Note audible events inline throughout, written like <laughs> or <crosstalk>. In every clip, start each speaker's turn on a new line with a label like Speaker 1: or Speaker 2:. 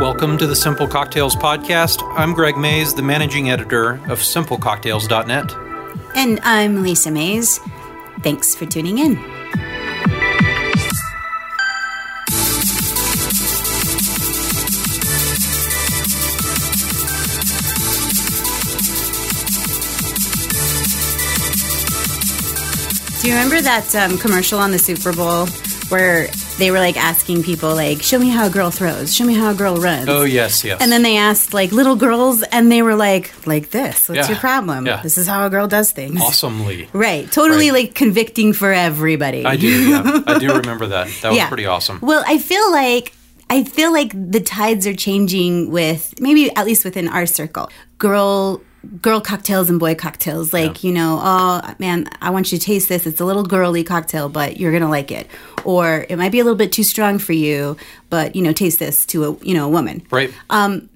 Speaker 1: Welcome to the Simple Cocktails Podcast. I'm Greg Mays, the managing editor of simplecocktails.net.
Speaker 2: And I'm Lisa Mays. Thanks for tuning in. Do you remember that um, commercial on the Super Bowl where they were like asking people, like, show me how a girl throws, show me how a girl runs?
Speaker 1: Oh, yes, yes.
Speaker 2: And then they asked like little girls, and they were like, like this. What's
Speaker 1: Yeah.
Speaker 2: your problem?
Speaker 1: Yeah.
Speaker 2: This is how a girl does things.
Speaker 1: awesomely.
Speaker 2: Right. Totally
Speaker 1: Right.
Speaker 2: like convicting for everybody.
Speaker 1: I do, yeah. I
Speaker 2: <laughs>
Speaker 1: do remember that. That was pretty awesome.
Speaker 2: Well, I feel like I feel like the tides are changing with maybe at least within our circle. Girl girl cocktails and boy cocktails like you know oh man i want you to taste this it's a little girly cocktail but you're gonna like it or it might be a little bit too strong for you but you know taste this to a you know a woman
Speaker 1: Right?
Speaker 2: um,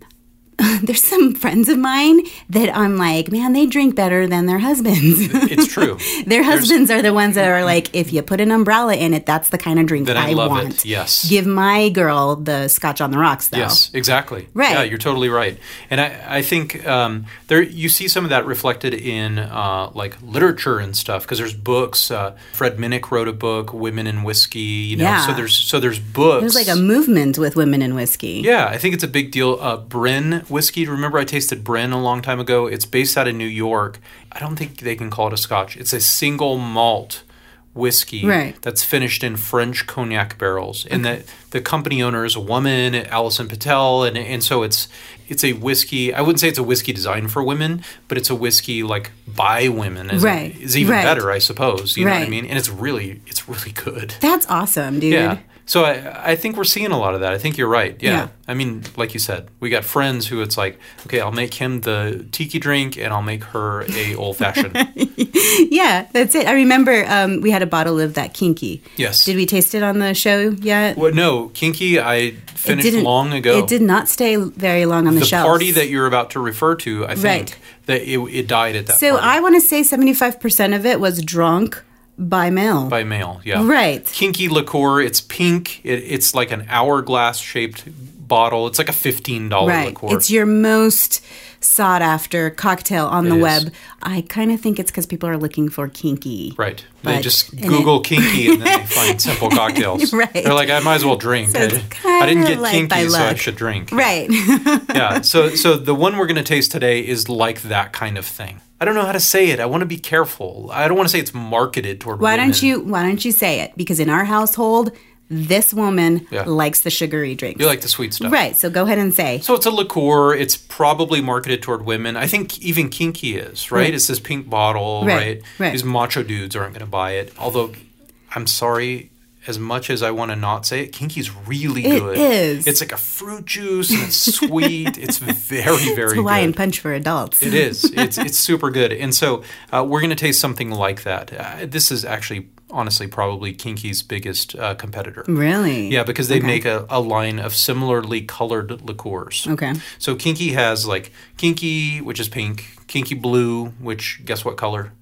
Speaker 2: <laughs> there's some friends of mine that i'm like man they drink better than their husbands <laughs>
Speaker 1: it's true.
Speaker 2: Their husbands are the ones that are like, if you put an umbrella in it, that's the kind of drink
Speaker 1: Then I
Speaker 2: I,
Speaker 1: love it.
Speaker 2: want.
Speaker 1: Yes.
Speaker 2: Give my girl the scotch on the rocks, though.
Speaker 1: Yes, exactly.
Speaker 2: Right.
Speaker 1: Yeah, you're totally right. And I, I think um, there you see some of that reflected in uh, like literature and stuff because there's books. Uh, Fred Minnick wrote a book, Women in Whiskey. You know,
Speaker 2: Yeah.
Speaker 1: so there's so there's books.
Speaker 2: There's like a movement with women in whiskey.
Speaker 1: Yeah, I think it's a big deal. Uh, Bren whiskey. Remember, I tasted Bren a long time ago. It's based out of New York. I don't think they can call it a Scotch. It's a single malt whiskey
Speaker 2: Right.
Speaker 1: that's finished in French cognac barrels, and the the company owner is a woman, Alison Patel, and and so it's it's a whiskey. I wouldn't say it's a whiskey designed for women, but it's a whiskey like by women. Is,
Speaker 2: Right,
Speaker 1: is even
Speaker 2: right.
Speaker 1: better, I suppose. You know what I
Speaker 2: Right.
Speaker 1: mean? And it's really it's really good.
Speaker 2: That's awesome, dude.
Speaker 1: Yeah. So I, I think we're seeing a lot of that. I think you're right. Yeah.
Speaker 2: Yeah.
Speaker 1: I mean, like you said, we got friends who it's like, okay, I'll make him the tiki drink and I'll make her a old
Speaker 2: <laughs>
Speaker 1: fashioned.
Speaker 2: <laughs> Yeah, that's it. I remember um, we had a bottle of that kinky.
Speaker 1: Yes.
Speaker 2: Did we taste it on the show yet?
Speaker 1: well, no, kinky. I
Speaker 2: It
Speaker 1: finished long ago.
Speaker 2: It did not stay very long on the,
Speaker 1: The
Speaker 2: shelf.
Speaker 1: party that you're about to refer to, I think
Speaker 2: Right.
Speaker 1: that it, it died at that.
Speaker 2: so
Speaker 1: party
Speaker 2: I want to say 75% of it was drunk by mail.
Speaker 1: by mail. Yeah.
Speaker 2: Right.
Speaker 1: Kinky liqueur. It's pink. It, it's like an hourglass shaped bottle. It's like a fifteen dollar
Speaker 2: Right.
Speaker 1: liqueur.
Speaker 2: It's your most sought after cocktail on the
Speaker 1: is.
Speaker 2: web. I kind of think it's because people are looking for kinky.
Speaker 1: Right. they
Speaker 2: But-
Speaker 1: just
Speaker 2: and it-
Speaker 1: Google kinky and
Speaker 2: <laughs>
Speaker 1: then they find simple cocktails.
Speaker 2: Right.
Speaker 1: They're like, I might as well drink. I,
Speaker 2: it's
Speaker 1: I didn't
Speaker 2: kinda
Speaker 1: get
Speaker 2: like by
Speaker 1: kinky, so I
Speaker 2: luck.
Speaker 1: should drink.
Speaker 2: Right.
Speaker 1: Yeah. So, so the one we're going to taste today is like that kind of thing. I don't know how to say it. I want to be careful. I don't want to say it's marketed toward
Speaker 2: <laughs> why
Speaker 1: women.
Speaker 2: don't you why don't you say it? Because in our household, this woman
Speaker 1: Yeah.
Speaker 2: likes the sugary drinks.
Speaker 1: You like the sweet stuff.
Speaker 2: Right. So go ahead and say.
Speaker 1: So it's a liqueur. It's probably marketed toward women. I think even kinky is right. It's this pink bottle,
Speaker 2: Right,
Speaker 1: right?
Speaker 2: right.
Speaker 1: These macho dudes aren't going to buy it. Although, I'm sorry. As much as I want to not say it, kinky's really
Speaker 2: It
Speaker 1: good.
Speaker 2: is.
Speaker 1: It's like a fruit juice and it's sweet.
Speaker 2: <laughs>
Speaker 1: it's very, very
Speaker 2: Hawaiian
Speaker 1: good.
Speaker 2: punch for adults.
Speaker 1: It is. It's it's super good. And so uh, we're going to taste something like that. Uh, this is actually, honestly, probably kinky's biggest uh, competitor.
Speaker 2: Really?
Speaker 1: Yeah, because they make a, a line of similarly colored liqueurs.
Speaker 2: Okay.
Speaker 1: So Kinky has like Kinky, which is pink, Kinky Blue, which guess what color?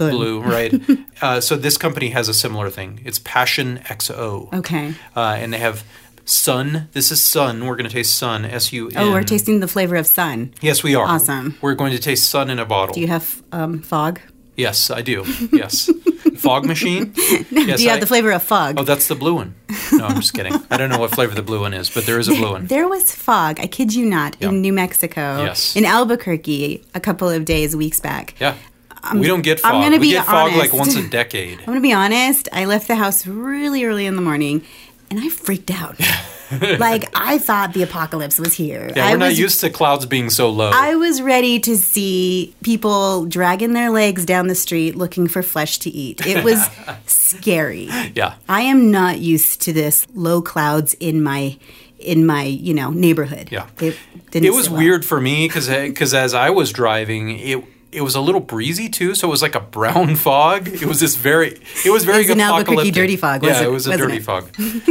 Speaker 2: Blue. <laughs>
Speaker 1: Blue, right? uh, so this company has a similar thing. It's Passion XO.
Speaker 2: Okay.
Speaker 1: Uh, and they have Sun. This is Sun. We're going to taste Sun, S U N.
Speaker 2: Oh, we're tasting the flavor of sun.
Speaker 1: Yes, we are.
Speaker 2: Awesome.
Speaker 1: We're going to taste Sun in a bottle.
Speaker 2: Do you have um, fog?
Speaker 1: yes, I
Speaker 2: <laughs>
Speaker 1: do. Yes. Fog Machine? Yes,
Speaker 2: Do you
Speaker 1: I-
Speaker 2: have the flavor of fog?
Speaker 1: Oh, that's the blue one. No, I'm just kidding. I don't know what flavor the blue one is, but there is a blue one.
Speaker 2: There was fog, I kid you not,
Speaker 1: Yeah.
Speaker 2: in New Mexico,
Speaker 1: Yes.
Speaker 2: in Albuquerque, a couple of days, weeks back.
Speaker 1: Yeah. we don't get
Speaker 2: I'm
Speaker 1: fog.
Speaker 2: gonna
Speaker 1: we
Speaker 2: be
Speaker 1: get fog like once
Speaker 2: honest.
Speaker 1: a
Speaker 2: <laughs>
Speaker 1: decade.
Speaker 2: I'm gonna be honest, I left the house really early in the morning and I freaked out. <laughs> like, I thought the apocalypse was here.
Speaker 1: Yeah,
Speaker 2: I
Speaker 1: we're not
Speaker 2: was,
Speaker 1: used to clouds being so low.
Speaker 2: I was ready to see people dragging their legs down the street looking for flesh to eat.
Speaker 1: <laughs>
Speaker 2: It was scary.
Speaker 1: yeah.
Speaker 2: I am not used to this low clouds in my in my you know neighborhood.
Speaker 1: Yeah.
Speaker 2: it didn't.
Speaker 1: It was
Speaker 2: sit well.
Speaker 1: weird for me because as I was driving, it It was a little breezy too, so it was like a brown <laughs> fog. It was this very, it was very
Speaker 2: It was an Albuquerque
Speaker 1: apocalyptic.
Speaker 2: dirty fog,
Speaker 1: yeah,
Speaker 2: wasn't-
Speaker 1: it was a
Speaker 2: wasn't
Speaker 1: dirty
Speaker 2: it? <laughs>
Speaker 1: fog,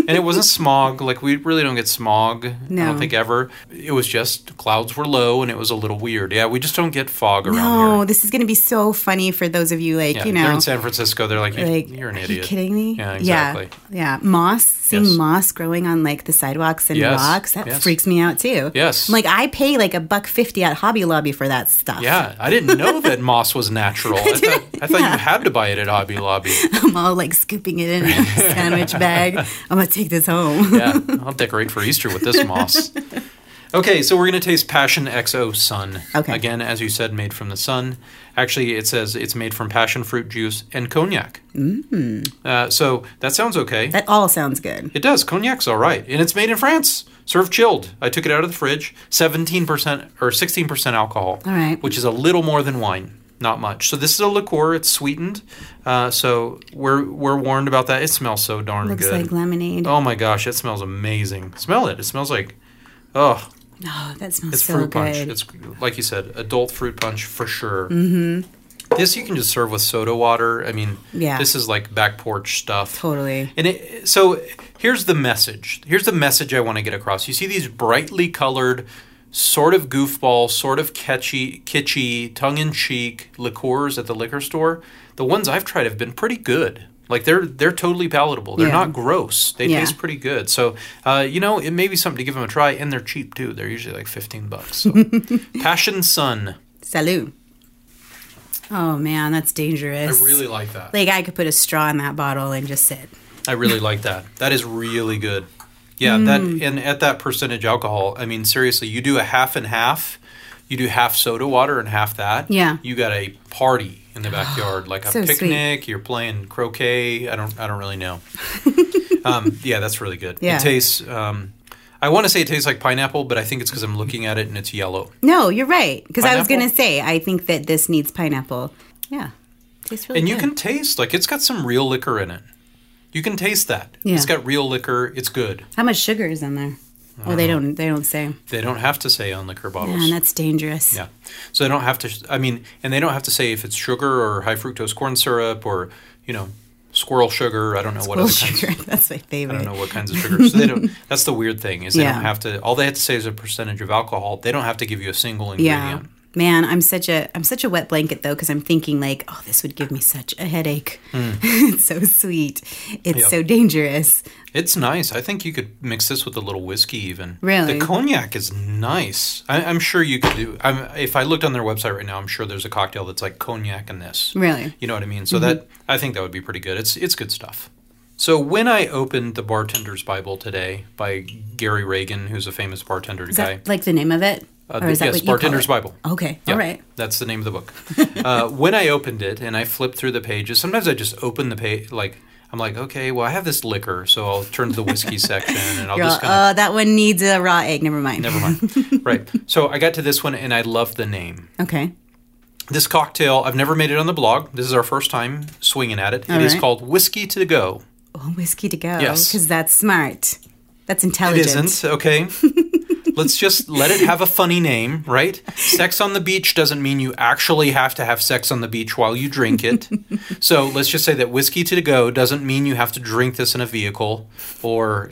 Speaker 1: and it wasn't smog. Like we really don't get smog. I
Speaker 2: No.
Speaker 1: don't think ever. It was just clouds were low, and it was a little weird. Yeah, we just don't get fog around
Speaker 2: No,
Speaker 1: here.
Speaker 2: this is going to be so funny for those of you like
Speaker 1: Yeah,
Speaker 2: you
Speaker 1: they're
Speaker 2: know
Speaker 1: in San Francisco. They're like, "You-
Speaker 2: like
Speaker 1: you're an
Speaker 2: are
Speaker 1: idiot.
Speaker 2: you kidding me?
Speaker 1: Yeah, exactly.
Speaker 2: Yeah, yeah. moss, seeing
Speaker 1: Yes.
Speaker 2: moss growing on like the sidewalks and
Speaker 1: Yes,
Speaker 2: rocks that
Speaker 1: yes.
Speaker 2: freaks me out too.
Speaker 1: Yes.
Speaker 2: I'm like I pay like a buck fifty at Hobby Lobby for that stuff.
Speaker 1: Yeah, I didn't know <laughs> that moss was natural. I thought, I thought you had to buy it at Hobby Lobby.
Speaker 2: <laughs> I'm all like scooping it in a
Speaker 1: <laughs>
Speaker 2: sandwich bag. I'm gonna take this home. <laughs>
Speaker 1: Yeah, I'll decorate for Easter with this <laughs> moss. Okay, so we're going to taste Passion XO Sun.
Speaker 2: Okay.
Speaker 1: Again, as you said, made from the sun. Actually, it says it's made from passion fruit juice and cognac. Mm. Uh, so that sounds okay.
Speaker 2: That all sounds good.
Speaker 1: it does. Cognac's all right. And it's made in France. Served chilled. I took it out of the fridge. 17% or 16% alcohol.
Speaker 2: All right.
Speaker 1: Which is a little more than wine. Not much. So this is a liqueur. It's sweetened. Uh, so we're we're warned about that. It smells so darn
Speaker 2: Looks
Speaker 1: good.
Speaker 2: like lemonade. Oh,
Speaker 1: Oh my gosh, it smells amazing. Smell it. It smells like, oh,
Speaker 2: that smells
Speaker 1: it's
Speaker 2: so
Speaker 1: fruit
Speaker 2: good.
Speaker 1: punch. It's like you said, adult fruit punch for sure. Mm-hmm. This you can just serve with soda water. I mean,
Speaker 2: Yeah.
Speaker 1: this is like back porch stuff.
Speaker 2: totally.
Speaker 1: And it, so here's the message. Here's the message I want to get across. You see these brightly colored, sort of goofball, sort of catchy, kitschy, tongue in cheek liqueurs at the liquor store. The ones I've tried have been pretty good. Like they're they're totally palatable. They're
Speaker 2: Yeah.
Speaker 1: not gross. They
Speaker 2: Yeah.
Speaker 1: taste pretty good. So uh, you know it may be something to give them a try. And they're cheap too. They're usually like fifteen bucks.
Speaker 2: <laughs>
Speaker 1: So. Passion Sun.
Speaker 2: Salud. Oh man, that's
Speaker 1: I
Speaker 2: dangerous.
Speaker 1: really like that.
Speaker 2: like I could put a straw in that bottle and just sit.
Speaker 1: I really like that. That is really good. Yeah,
Speaker 2: Mm.
Speaker 1: that and at that percentage alcohol, I mean seriously, you do a half and half. You do half soda water and half that.
Speaker 2: Yeah.
Speaker 1: You got a party in the backyard,
Speaker 2: <gasps>
Speaker 1: like a
Speaker 2: So sweet.
Speaker 1: picnic, you're playing croquet. I don't I don't really
Speaker 2: <laughs>
Speaker 1: know. um, yeah, that's really good.
Speaker 2: Yeah.
Speaker 1: It tastes um, I want to say it tastes like pineapple, but I think it's because I'm looking at it and it's yellow.
Speaker 2: No, you're right. Because I was
Speaker 1: Pineapple?
Speaker 2: gonna say I think that this needs pineapple. Yeah, tastes really.
Speaker 1: And you
Speaker 2: good.
Speaker 1: can taste like it's got some real liquor in it. You can taste that.
Speaker 2: Yeah.
Speaker 1: It's got real liquor. It's good.
Speaker 2: How much sugar is in there? Oh,
Speaker 1: Uh,
Speaker 2: they don't. They don't say.
Speaker 1: They don't have to say on liquor bottles.
Speaker 2: Man, that's dangerous. <laughs>
Speaker 1: Yeah. So they don't have to, I mean, and they don't have to say if it's sugar or high fructose corn syrup or, you know, squirrel sugar. I don't know what
Speaker 2: Well,
Speaker 1: other kinds.
Speaker 2: sugar. That's my favorite.
Speaker 1: I don't know what kinds of sugar. So they don't, that's the weird thing is they
Speaker 2: Yeah.
Speaker 1: don't have to, all they have to say is a percentage of alcohol. They don't have to give you a single
Speaker 2: Yeah.
Speaker 1: ingredient.
Speaker 2: Man, I'm such a I'm such a wet blanket though because I'm thinking like, oh, this would give me such a headache. <laughs> it's so sweet. It's
Speaker 1: Hmm. Yeah.
Speaker 2: so dangerous.
Speaker 1: It's nice. I think you could mix this with a little whiskey, even. the
Speaker 2: Really?
Speaker 1: cognac is nice. I, I'm sure you could do. I'm, if I looked on their website right now, I'm sure there's a cocktail that's like cognac and this.
Speaker 2: Really? Mm-hmm.
Speaker 1: You know what I mean? So that I think that would be pretty good. It's it's good stuff. So when I opened the Bartender's Bible today by Gary Reagan, who's a famous bartender
Speaker 2: Is
Speaker 1: guy,
Speaker 2: that like the name of it?
Speaker 1: Uh, the- yes,
Speaker 2: call
Speaker 1: Bartender's
Speaker 2: it?
Speaker 1: Bible.
Speaker 2: Okay.
Speaker 1: Yeah,
Speaker 2: All right.
Speaker 1: That's the name of the book. <laughs> uh, when I opened it and I flipped through the pages, sometimes I just open the page, like, I'm like, okay, well, I have this liquor, so I'll turn to the whiskey
Speaker 2: <laughs>
Speaker 1: section and I'll
Speaker 2: You're all,
Speaker 1: just kind
Speaker 2: oh, that one needs a raw egg. Never mind.
Speaker 1: of, never
Speaker 2: <laughs>
Speaker 1: mind. Right. So I got to this one and I loved the name.
Speaker 2: Okay.
Speaker 1: This cocktail, I've never made it on the blog. This is our first time swinging at it. It is
Speaker 2: All right.
Speaker 1: called Whiskey to Go.
Speaker 2: Oh, whiskey to go.
Speaker 1: Yes.
Speaker 2: Because that's smart. That's
Speaker 1: It
Speaker 2: intelligent.
Speaker 1: isn't, okay?
Speaker 2: <laughs>
Speaker 1: Let's just let it have a funny name, right? Sex on the beach doesn't mean you actually have to have sex on the beach while you drink it.
Speaker 2: <laughs>
Speaker 1: so let's just say that whiskey to go doesn't mean you have to drink this in a vehicle or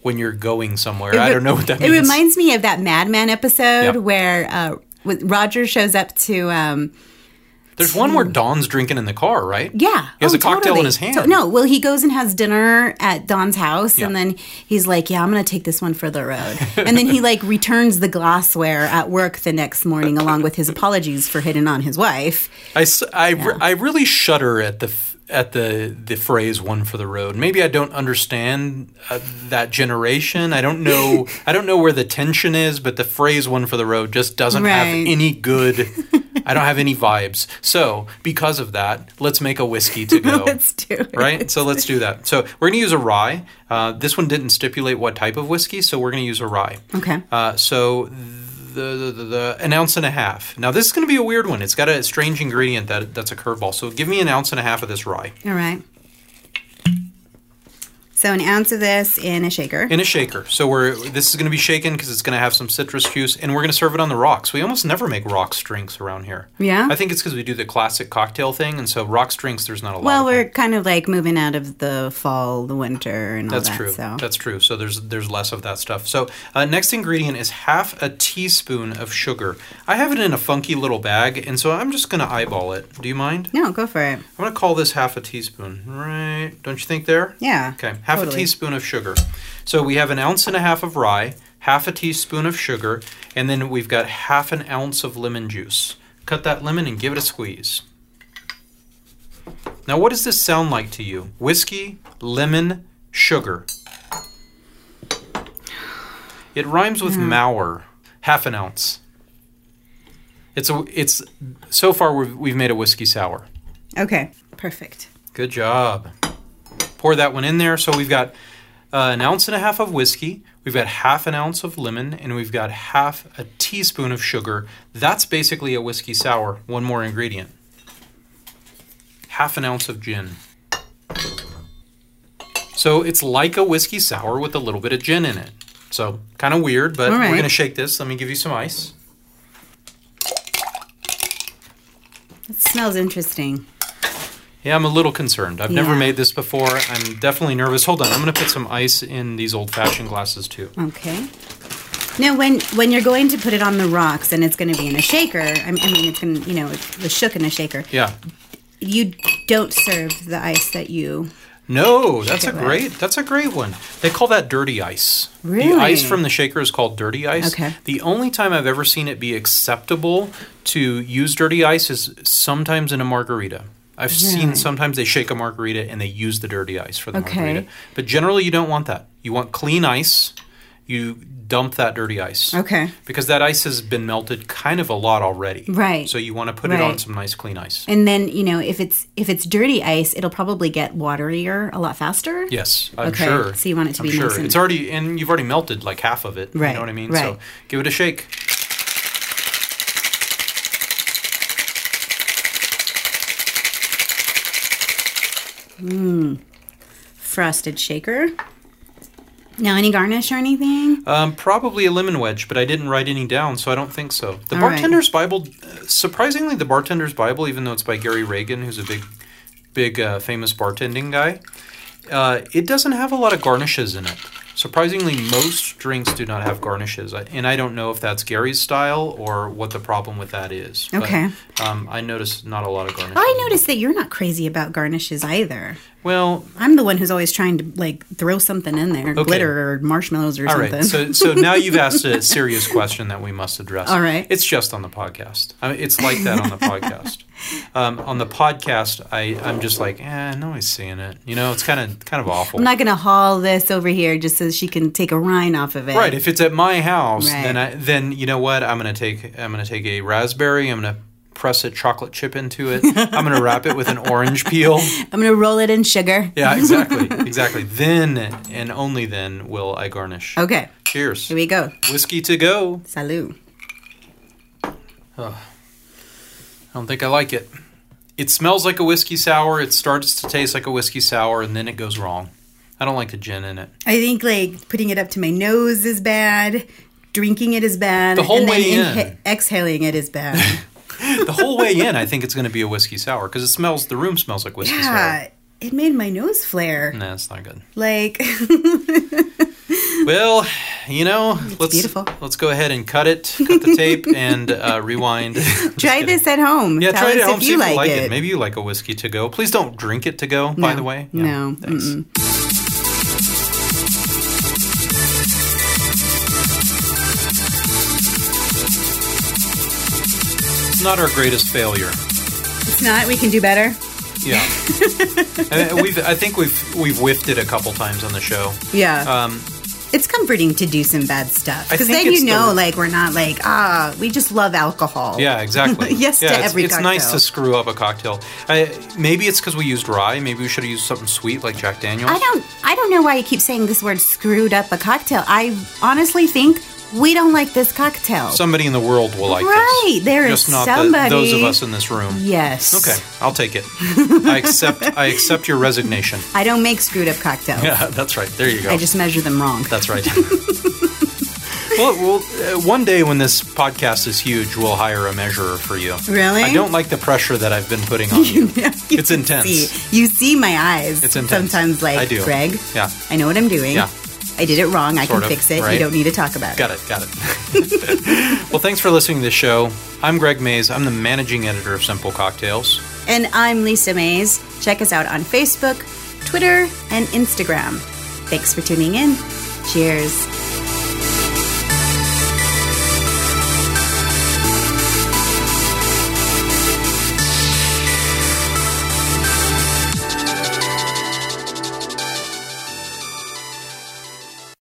Speaker 1: when you're going somewhere. I don't know what that
Speaker 2: it
Speaker 1: means.
Speaker 2: reminds me of that Mad Men episode
Speaker 1: Yeah.
Speaker 2: where uh, with- Roger shows up to. Um,
Speaker 1: There's one where Don's drinking in the car, right?
Speaker 2: yeah,
Speaker 1: He has
Speaker 2: Oh,
Speaker 1: a cocktail
Speaker 2: totally.
Speaker 1: in his hand.
Speaker 2: To- no, well, he goes and has dinner at Don's house, and
Speaker 1: Yeah.
Speaker 2: then he's like, "Yeah, I'm gonna take this one for the road," <laughs> and then he like returns the glassware at work the next morning, along with his apologies for hitting on his wife. <laughs>
Speaker 1: I, s- I re- I really shudder at the f- at the the phrase "one for the road." Maybe I don't understand uh, that generation. I don't
Speaker 2: <laughs>
Speaker 1: know. I don't know where the tension is, but the phrase "one for the road" just doesn't have
Speaker 2: Right.
Speaker 1: any
Speaker 2: <laughs>
Speaker 1: good. I don't have any vibes. So because of that, let's make a whiskey to go.
Speaker 2: <laughs> Let's do it.
Speaker 1: Right, so let's do that. So we're going to use a rye. Uh, this one didn't stipulate what type of whiskey, so we're going to use a rye.
Speaker 2: Okay.
Speaker 1: Uh, so the, the, the, the an ounce and a half. Now this is going to be a weird one. It's got a strange ingredient that that's a curveball. So give me an ounce and a half of this rye.
Speaker 2: All right. So an ounce of this in a shaker.
Speaker 1: in a shaker. So we're this is going to be shaken because it's going to have some citrus juice, and we're going to serve it on the rocks. We almost never make rocks drinks around here.
Speaker 2: Yeah?
Speaker 1: I think it's because we do the classic cocktail thing, and so rocks drinks there's not a lot.
Speaker 2: well,
Speaker 1: of
Speaker 2: we're
Speaker 1: them.
Speaker 2: kind of like moving out of the fall, the winter, and all
Speaker 1: that's
Speaker 2: that.
Speaker 1: true.
Speaker 2: So
Speaker 1: That's true. So there's there's less of that stuff. So uh, next ingredient is half a teaspoon of sugar. I have it in a funky little bag, and so I'm just going to eyeball it. Do you mind?
Speaker 2: no, go for it.
Speaker 1: I'm going to call this half a teaspoon. Right? Don't you think there?
Speaker 2: Yeah.
Speaker 1: Okay, half a
Speaker 2: totally.
Speaker 1: teaspoon of sugar. So we have an ounce and a half of rye, half a teaspoon of sugar, and then we've got half an ounce of lemon juice. Cut that lemon and give it a squeeze. Now, what does this sound like to you? Whiskey, lemon, sugar. It rhymes with mower. Half an ounce. It's a, it's so far we've, we've made a whiskey sour.
Speaker 2: Okay. Perfect.
Speaker 1: Good job. Pour that one in there. So we've got uh, an ounce and a half of whiskey, we've got half an ounce of lemon, and we've got half a teaspoon of sugar. That's basically a whiskey sour. One more ingredient half an ounce of gin. So it's like a whiskey sour with a little bit of gin in it. So kind of weird, but
Speaker 2: All right.
Speaker 1: we're going to shake this. Let me give you some ice.
Speaker 2: It smells interesting.
Speaker 1: Yeah, I'm a little concerned. I've never
Speaker 2: Yeah.
Speaker 1: made this before. I'm definitely nervous. Hold on, I'm going to put some ice in these old fashioned glasses too.
Speaker 2: Okay. Now, when when you're going to put it on the rocks and it's going to be in a shaker, I mean, I mean it's going to, you know, it was shook in a shaker.
Speaker 1: Yeah.
Speaker 2: You don't serve the ice that you.
Speaker 1: No, that's a
Speaker 2: it right.
Speaker 1: great that's a great one. They call that dirty ice. The
Speaker 2: Really?
Speaker 1: ice from the shaker is called dirty ice.
Speaker 2: Okay.
Speaker 1: The only time I've ever seen it be acceptable to use dirty ice is sometimes in a margarita. I've seen
Speaker 2: Really?
Speaker 1: sometimes they shake a margarita and they use the dirty ice for the
Speaker 2: Okay.
Speaker 1: margarita. But generally you don't want that. You want clean ice. You dump that dirty ice.
Speaker 2: Okay.
Speaker 1: Because that ice has been melted kind of a lot already.
Speaker 2: Right.
Speaker 1: So you want to put it on
Speaker 2: Right.
Speaker 1: some nice clean ice.
Speaker 2: And then you know if it's if it's dirty ice, it'll probably get waterier a lot faster.
Speaker 1: Yes, I'm
Speaker 2: Okay,
Speaker 1: sure.
Speaker 2: so you want it to
Speaker 1: I'm
Speaker 2: be
Speaker 1: sure.
Speaker 2: nice and-
Speaker 1: It's already and you've already melted like half of it. You
Speaker 2: Right,
Speaker 1: know what I mean? So
Speaker 2: right.
Speaker 1: give it a shake.
Speaker 2: Frosted shaker. Now, any garnish or anything?
Speaker 1: Um, probably a lemon wedge, but I didn't write any down, so I don't think so. The
Speaker 2: All right.
Speaker 1: Bartender's Bible, surprisingly, the Bartender's Bible, even though it's by Gary Reagan, who's a big, big uh, famous bartending guy, uh, it doesn't have a lot of garnishes in it. Surprisingly, most drinks do not have garnishes, I- and I don't know if that's Gary's style or what the problem with that is. but,
Speaker 2: Okay.
Speaker 1: um, I noticed not a lot of garnishes.
Speaker 2: I noticed that you're not crazy about garnishes either.
Speaker 1: Well,
Speaker 2: I'm the one who's always trying to like throw something in there, glitter or marshmallows or
Speaker 1: All
Speaker 2: something.
Speaker 1: right. So, so now
Speaker 2: <laughs>
Speaker 1: you've asked a serious question that we must address.
Speaker 2: All right.
Speaker 1: It's just on the podcast. I mean, it's like that on the podcast. Um, on the podcast, I, I'm just like, eh, no one's seeing it. You know, it's kind of kind of awful.
Speaker 2: I'm not going to haul this over here just so she can take a rind off of it.
Speaker 1: right. If it's at my house,
Speaker 2: Right.
Speaker 1: then I, then you know what? I'm gonna take I'm gonna take a raspberry. I'm gonna press a chocolate chip into it. I'm gonna wrap it with an orange
Speaker 2: <laughs>
Speaker 1: peel.
Speaker 2: I'm going to roll it in sugar.
Speaker 1: Yeah, exactly, exactly. Then and only then will I garnish.
Speaker 2: Okay.
Speaker 1: Cheers.
Speaker 2: Here we go.
Speaker 1: Whiskey to go.
Speaker 2: Salud.
Speaker 1: I don't think I like it. It smells like a whiskey sour. It starts to taste like a whiskey sour, and then it goes wrong. I don't like the gin in it.
Speaker 2: I think like putting it up to my nose is bad. Drinking it is bad.
Speaker 1: The whole
Speaker 2: and then
Speaker 1: way in.
Speaker 2: inha- exhaling it is
Speaker 1: <laughs>
Speaker 2: bad.
Speaker 1: The whole way in, I think it's going to be a whiskey sour because it smells. The room smells like whiskey sour.
Speaker 2: yeah. It made my nose flare.
Speaker 1: Nah, it's not good.
Speaker 2: Like, <laughs>
Speaker 1: Well, you know, let's
Speaker 2: beautiful.
Speaker 1: let's go ahead and cut it, cut the tape, and uh, rewind. <laughs> Just
Speaker 2: try
Speaker 1: kidding.
Speaker 2: this at home.
Speaker 1: Yeah,
Speaker 2: Tell
Speaker 1: try
Speaker 2: us
Speaker 1: it at home.
Speaker 2: if
Speaker 1: see
Speaker 2: you
Speaker 1: if
Speaker 2: like,
Speaker 1: you like it.
Speaker 2: it.
Speaker 1: Maybe you like a whiskey to go. Please don't drink it to go. by
Speaker 2: No.
Speaker 1: the way,
Speaker 2: No.
Speaker 1: thanks. It's not our greatest failure.
Speaker 2: It's not. We can do better.
Speaker 1: Yeah,
Speaker 2: <laughs>
Speaker 1: I, we've. I think we've we've whiffed it a couple times on the show.
Speaker 2: Yeah.
Speaker 1: Um,
Speaker 2: It's comforting to do some bad stuff
Speaker 1: I
Speaker 2: because
Speaker 1: think
Speaker 2: then you
Speaker 1: it's
Speaker 2: know,
Speaker 1: the-
Speaker 2: like we're not like ah, we just love alcohol.
Speaker 1: yeah, exactly.
Speaker 2: <laughs> Yes to
Speaker 1: yeah, it's,
Speaker 2: every
Speaker 1: It's nice
Speaker 2: cocktail.
Speaker 1: to screw up a cocktail. I, maybe it's because we used rye. Maybe we should have used something sweet like Jack Daniels.
Speaker 2: I don't, I don't know why you keep saying this word "screwed up" a cocktail. I honestly think we don't like this cocktail.
Speaker 1: Somebody in the world will like this.
Speaker 2: Right, there is
Speaker 1: Just not the-
Speaker 2: somebody.
Speaker 1: those of us in this room.
Speaker 2: yes.
Speaker 1: Okay, I'll take it. I accept. I accept your resignation.
Speaker 2: I don't make screwed up
Speaker 1: <laughs>
Speaker 2: cocktails.
Speaker 1: Yeah, that's right. There you go.
Speaker 2: I just measure them wrong.
Speaker 1: that's
Speaker 2: <laughs>
Speaker 1: right. well, well, uh, one day when this podcast is huge, we'll hire a measurer for you.
Speaker 2: Really?
Speaker 1: I don't like the pressure that I've been putting
Speaker 2: <laughs>
Speaker 1: on you. it's intense.
Speaker 2: See, you see my eyes.
Speaker 1: It's intense.
Speaker 2: Sometimes, like
Speaker 1: I do.
Speaker 2: Greg.
Speaker 1: Yeah.
Speaker 2: I know what I'm doing.
Speaker 1: Yeah.
Speaker 2: I did it wrong. I
Speaker 1: Sort
Speaker 2: can
Speaker 1: of,
Speaker 2: fix it.
Speaker 1: right?
Speaker 2: You don't need to talk about
Speaker 1: Got it. Got it. <laughs> well, thanks for listening to the show. I'm Greg Mays. I'm the managing editor of Simple Cocktails.
Speaker 2: it. And I'm Lisa Mays. Check us out on Facebook, Twitter, and Instagram. Thanks for tuning in. Cheers.